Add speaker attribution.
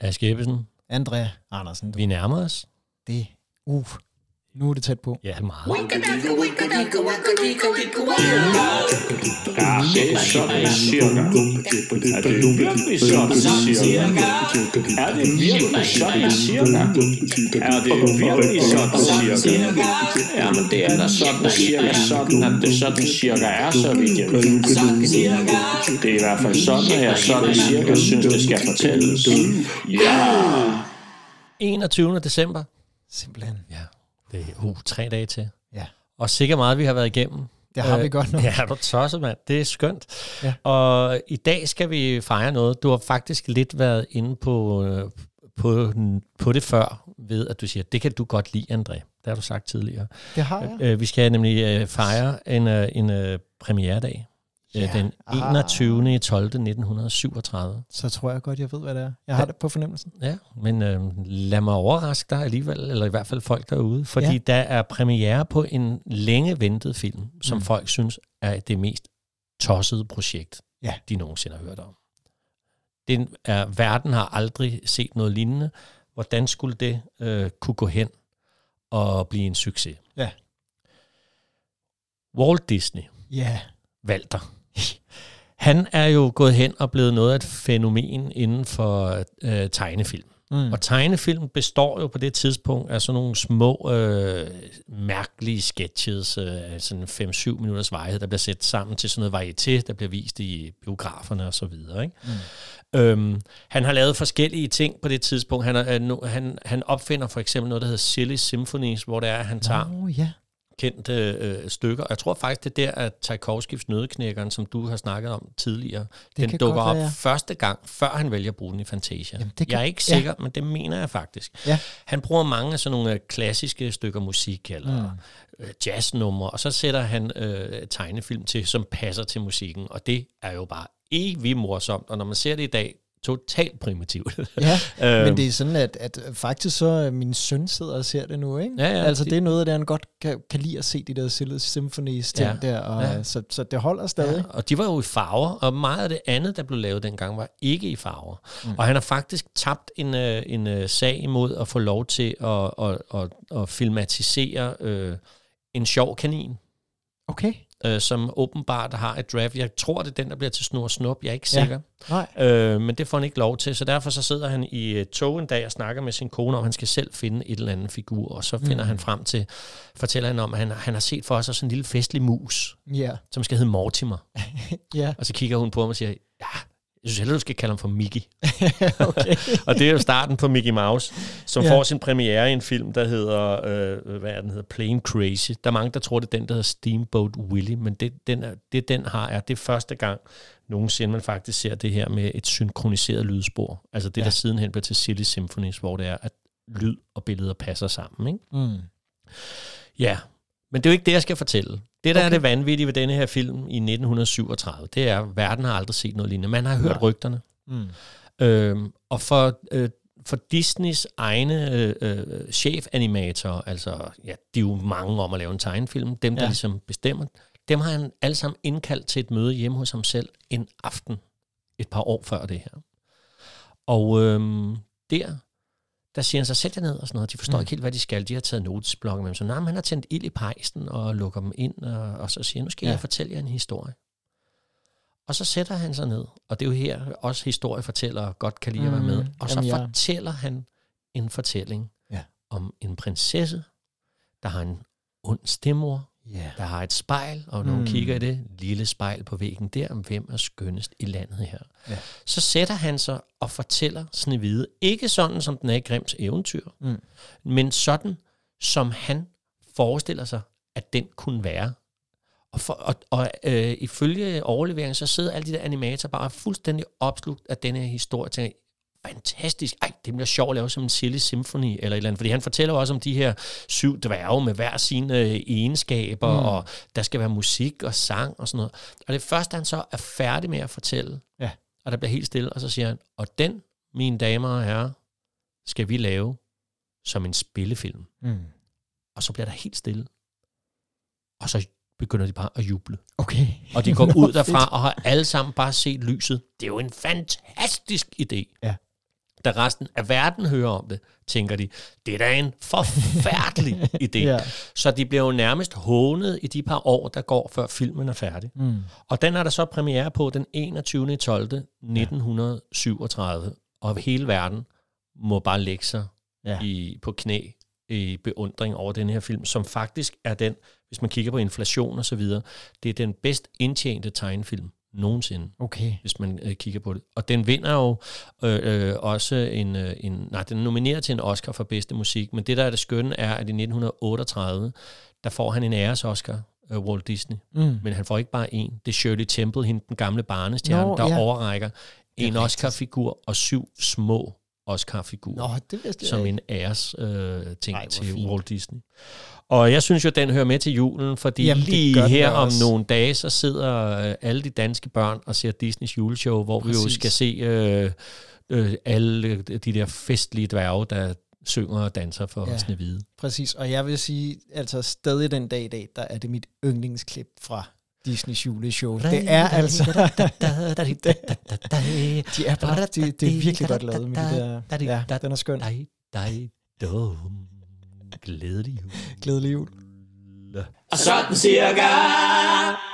Speaker 1: Aske Ebbesen,
Speaker 2: André Andersen, du.
Speaker 1: vi nærmer os.
Speaker 2: det, uh, nu er det tæt på.
Speaker 1: Ja, meget.
Speaker 3: Det er sådan cirka. Er det virkelig sådan cirka? Er det virkelig sådan cirka? Er det virkelig sådan cirka? Jamen det er da sådan cirka sådan, at det sådan cirka er, så vidt jeg ved. Det er i hvert fald sådan, at jeg sådan cirka synes, det skal fortælles. Ja!
Speaker 1: 21. december.
Speaker 2: Simpelthen.
Speaker 1: Ja, det er uh, tre dage til.
Speaker 2: Ja.
Speaker 1: Og sikkert meget, vi har været igennem. Øh,
Speaker 2: Det har vi godt nok.
Speaker 1: Ja, er du tosset, mand. Det er skønt.
Speaker 2: Ja.
Speaker 1: Og i dag skal vi fejre noget. Du har faktisk lidt været inde på, øh, på, på det før, ved at du siger, det kan du godt lide, André. Det har du sagt tidligere.
Speaker 2: Det har jeg.
Speaker 1: Øh, vi skal nemlig øh, fejre en, øh, en øh, premieredag. Ja.
Speaker 2: Ja.
Speaker 1: Den
Speaker 2: Ah.
Speaker 1: 21. i 12. 1937.
Speaker 2: Så tror jeg godt, jeg ved, hvad det er. Jeg har det på fornemmelsen.
Speaker 1: Ja, men øh, lad mig overraske dig alligevel, eller i hvert fald folk derude, fordi ja.
Speaker 2: Ja.
Speaker 1: der er premiere på en længe ventet film, som mm. folk synes er det mest tossede projekt,
Speaker 2: Ja.
Speaker 1: de nogensinde har hørt om. Den er, verden har aldrig set noget lignende. Hvordan skulle det øh, kunne gå hen og blive en succes?
Speaker 2: Ja.
Speaker 1: Walt Disney
Speaker 2: Ja,
Speaker 1: Walter. Han er jo gået hen og blevet noget af et fænomen inden for øh, tegnefilm. Mm. Og tegnefilm består jo på det tidspunkt af sådan nogle små, øh, mærkelige sketches, øh, af sådan 5-7 minutters varighed, der bliver sat sammen til sådan noget varieté, der bliver vist i biograferne og så videre. Ikke? Mm. Øhm, han har lavet forskellige ting på det tidspunkt. Han, er, øh, nu, han, han opfinder for eksempel noget, der hedder Silly Symphonies, hvor det er, at han tager
Speaker 2: Åh, oh, ja.
Speaker 1: kendte øh, stykker. Jeg tror faktisk, det er der, at Tchaikovskis Nødeknækkeren, som du har snakket om tidligere, det den
Speaker 2: kan
Speaker 1: dukker
Speaker 2: godt
Speaker 1: op
Speaker 2: være, ja.
Speaker 1: første gang, før han vælger at bruge den i Fantasia. Jamen,
Speaker 2: Jamen, det kan-
Speaker 1: jeg er ikke
Speaker 2: ja.
Speaker 1: sikker, men det mener jeg faktisk.
Speaker 2: Ja.
Speaker 1: Han bruger mange af sådan nogle øh, klassiske stykker musik, eller mm. øh, jazznumre, og så sætter han øh, tegnefilm til, som passer til musikken, og det er jo bare evig morsomt, og når man ser det i dag, totalt primitivt.
Speaker 2: Ja,
Speaker 1: Øhm.
Speaker 2: men det er sådan, at, at faktisk så øh, min søn sidder og ser det nu, ikke?
Speaker 1: Ja, ja,
Speaker 2: altså,
Speaker 1: det-
Speaker 2: det er noget af det, han godt kan, kan lide at se, de der Silly Symphonies ting
Speaker 1: Ja,
Speaker 2: ja. der, og, ja. så, så det holder stadig.
Speaker 1: Ja, og de var jo i farver, og meget af det andet, der blev lavet dengang, var ikke i farver. Mm. Og han har faktisk tabt en, øh, en øh, sag imod at få lov til at, at, at, at filmatisere øh, en sjov kanin,
Speaker 2: Okay.
Speaker 1: øh, som åbenbart har et draft. Jeg tror, det er den, der bliver til snor og snup. Jeg er ikke
Speaker 2: Ja.
Speaker 1: sikker.
Speaker 2: Nej.
Speaker 1: Øh, men det får han ikke lov til, så derfor så sidder han i øh, tog en dag og snakker med sin kone om, han skal selv finde et eller andet figur, og så finder mm. han frem til, fortæller han om, at han, han har set for sig sådan en lille festlig mus,
Speaker 2: Ja.
Speaker 1: som skal hedde Mortimer.
Speaker 2: Ja.
Speaker 1: Og så kigger hun på ham og siger, ja, jeg synes heller, du skal kalde ham for Mickey.
Speaker 2: Okay.
Speaker 1: og det er jo starten på Mickey Mouse, som ja.
Speaker 2: Ja.
Speaker 1: får sin premiere i en film, der hedder, øh, hvad er den hedder, Plain Crazy. Der er mange, der tror, det er den, der hedder Steamboat Willie, men det, den, er, det den har, er det er første gang nogensinde, man faktisk ser det her med et synkroniseret lydspor. Altså det, ja.
Speaker 2: Ja.
Speaker 1: der sidenhen bliver til Silly Symphonies, hvor det er, at lyd og billeder passer sammen, ikke?
Speaker 2: Mm.
Speaker 1: Ja, men det er jo ikke det, jeg skal fortælle. Det, der okay. er det vanvittige ved denne her film i 1937, det er, at verden har aldrig set noget lignende. Man har hørt rygterne.
Speaker 2: Mm.
Speaker 1: Øhm, og for, øh, for Disneys egne øh, øh, chefanimatorer, altså ja, de er jo mange om at lave en tegnefilm, dem der ja.
Speaker 2: Ja.
Speaker 1: ligesom bestemmer, dem har han alle sammen indkaldt til et møde hjemme hos ham selv en aften et par år før det her. Og øhm, der, der siger han så, sæt jer ned og sådan noget. De forstår mm. ikke helt, hvad de skal. De har taget notesblokke med dem. Så nej, men han har tændt ild i pejsen og lukker dem ind, og, og så siger han, nu skal ja.
Speaker 2: Ja.
Speaker 1: jeg fortælle jer en historie. Og så sætter han sig ned, og det er jo her, også historiefortællere godt kan lide at være med.
Speaker 2: Mm,
Speaker 1: Og så
Speaker 2: jamen, jeg-
Speaker 1: fortæller han en fortælling
Speaker 2: Ja.
Speaker 1: om en prinsesse, der har en ond stemmor,
Speaker 2: Ja.
Speaker 1: der har et spejl, og nogen mm.
Speaker 2: Mm.
Speaker 1: kigger i det lille spejl på væggen der, om hvem er skønnest i landet her. Ja.
Speaker 2: Ja.
Speaker 1: Så sætter han sig og fortæller Snevide, ikke sådan som den er i Grims eventyr,
Speaker 2: Mm.
Speaker 1: men sådan som han forestiller sig, at den kunne være. Og, for, og, og øh, ifølge overleveringen, så sidder alle de der animatorer bare fuldstændig opslugt af den her historie, og tænker, fantastisk, ej, det bliver sjovt at lave som en silly symphony, eller et eller andet, fordi han fortæller jo også om de her syv dværge med hver sine øh, egenskaber, mm. og der skal være musik og sang og sådan noget. Og det første, han så er færdig med at fortælle,
Speaker 2: Ja.
Speaker 1: og der bliver helt stille, og så siger han, og den, mine damer og herrer, skal vi lave som en spillefilm.
Speaker 2: Mm.
Speaker 1: Og så bliver der helt stille. Og så begynder de bare at juble.
Speaker 2: Okay.
Speaker 1: Og de går
Speaker 2: Nå,
Speaker 1: ud derfra og har alle sammen bare set lyset. Det er jo en fantastisk idé.
Speaker 2: Ja.
Speaker 1: da resten af verden hører om det, tænker de, det er da en forfærdelig idé.
Speaker 2: Ja.
Speaker 1: ja. Så de bliver jo nærmest hånet i de par år, der går, før filmen er færdig. Mm. Og den er der så premiere på den 21. 12. 1937, og hele verden må bare lægge sig
Speaker 2: Ja.
Speaker 1: ja. i, på knæ i beundring over den her film, som faktisk er den, hvis man kigger på inflation og så videre, det er den bedst indtjente tegnefilm nogensinde
Speaker 2: Okay.
Speaker 1: hvis man øh, kigger på det. Og den vinder jo øh, øh, også en, øh, en... Nej, den er nomineret til en Oscar for bedste musik, men det, der er det skønne, er, at i 1938, der får han en æres-Oscar, øh, Walt Disney.
Speaker 2: Mm.
Speaker 1: Men han får ikke bare en. Det er Shirley Temple, hende den gamle barnestjerne,
Speaker 2: Nå,
Speaker 1: der
Speaker 2: ja.
Speaker 1: overrækker en
Speaker 2: rigtigt.
Speaker 1: Oscar-figur og syv små Oscar-figurer
Speaker 2: Nå, det vidste jeg
Speaker 1: som
Speaker 2: ikke.
Speaker 1: en æres øh, ting
Speaker 2: Ej, hvor
Speaker 1: til
Speaker 2: fint.
Speaker 1: Walt Disney. Og jeg synes jo, den hører med til julen, fordi
Speaker 2: Jamen,
Speaker 1: Jamen,
Speaker 2: det gør
Speaker 1: lige her
Speaker 2: den da
Speaker 1: om
Speaker 2: også.
Speaker 1: nogle dage, så sidder øh, alle de danske børn og ser Disneys juleshow, hvor Præcis. vi jo
Speaker 2: Præcis.
Speaker 1: skal se øh, øh, alle de der festlige dværge, der synger og danser for
Speaker 2: Ja.
Speaker 1: ja. Snevide.
Speaker 2: Præcis, og jeg vil sige, altså stadig den dag i dag, der er det mit yndlingsklip fra Disney's juleshow. Det er altså, de er bare, det, det er virkelig godt lavet med de der, ja, den er skøn.
Speaker 1: Dig, dig, dum. Glædelig jul.
Speaker 2: Glædelig jul.
Speaker 3: Og sådan cirka